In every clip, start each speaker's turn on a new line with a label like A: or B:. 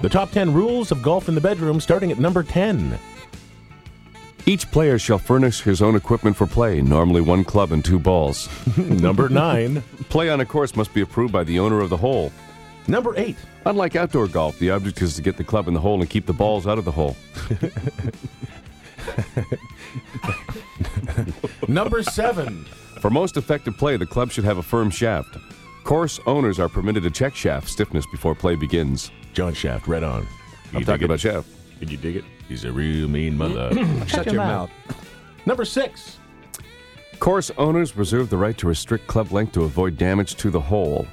A: The top 10 rules of golf in the bedroom starting at number 10.
B: Each player shall furnish his own equipment for play, normally one club and two balls.
A: number 9.
B: Play on a course must be approved by the owner of the hole.
A: Number 8.
B: Unlike outdoor golf, the object is to get the club in the hole and keep the balls out of the hole.
A: Number 7.
B: For most effective play, the club should have a firm shaft. Course owners are permitted to check shaft stiffness before play begins.
A: John Shaft, right on.
B: I'm talking about shaft.
A: Did you dig it? He's a real mean mother.
C: Shut your mouth.
A: number 6.
B: Course owners reserve the right to restrict club length to avoid damage to the hole.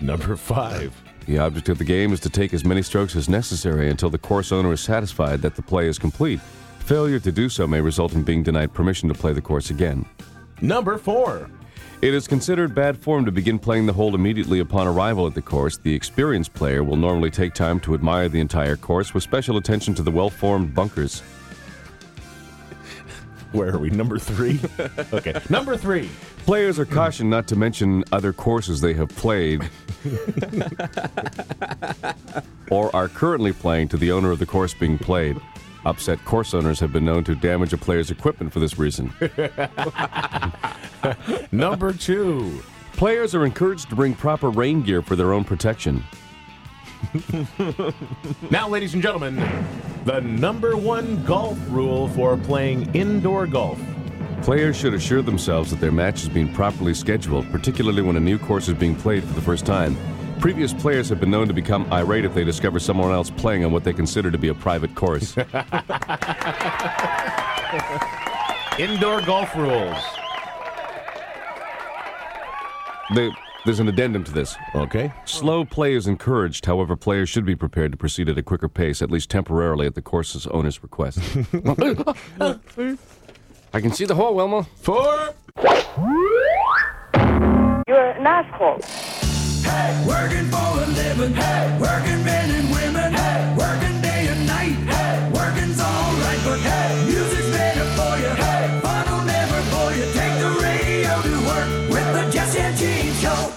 A: Number 5.
B: The object of the game is to take as many strokes as necessary until the course owner is satisfied that the play is complete. Failure to do so may result in being denied permission to play the course again.
A: Number 4.
B: It is considered bad form to begin playing the hole immediately upon arrival at the course. The experienced player will normally take time to admire the entire course with special attention to the well formed bunkers.
A: Where are we? Number 3. okay. Number 3.
B: Players are cautioned not to mention other courses they have played or are currently playing to the owner of the course being played. Upset course owners have been known to damage a player's equipment for this reason.
A: Number 2.
B: Players are encouraged to bring proper rain gear for their own protection.
A: Now, ladies and gentlemen, the number one golf rule for playing indoor golf.
B: Players should assure themselves that their match is being properly scheduled, particularly when a new course is being played for the first time. Previous players have been known to become irate if they discover someone else playing on what they consider to be a private course.
A: Indoor golf rules.
B: They- there's an addendum to this.
A: Okay.
B: Slow play is encouraged. However, players should be prepared to proceed at a quicker pace, at least temporarily, at the course's owner's request. I can see the hole, Wilma.
A: Four.
D: You're an asshole.
E: Hey, working for a living. Hey, working men and women. Hey, working day and night. Hey, working's all right, but hey, music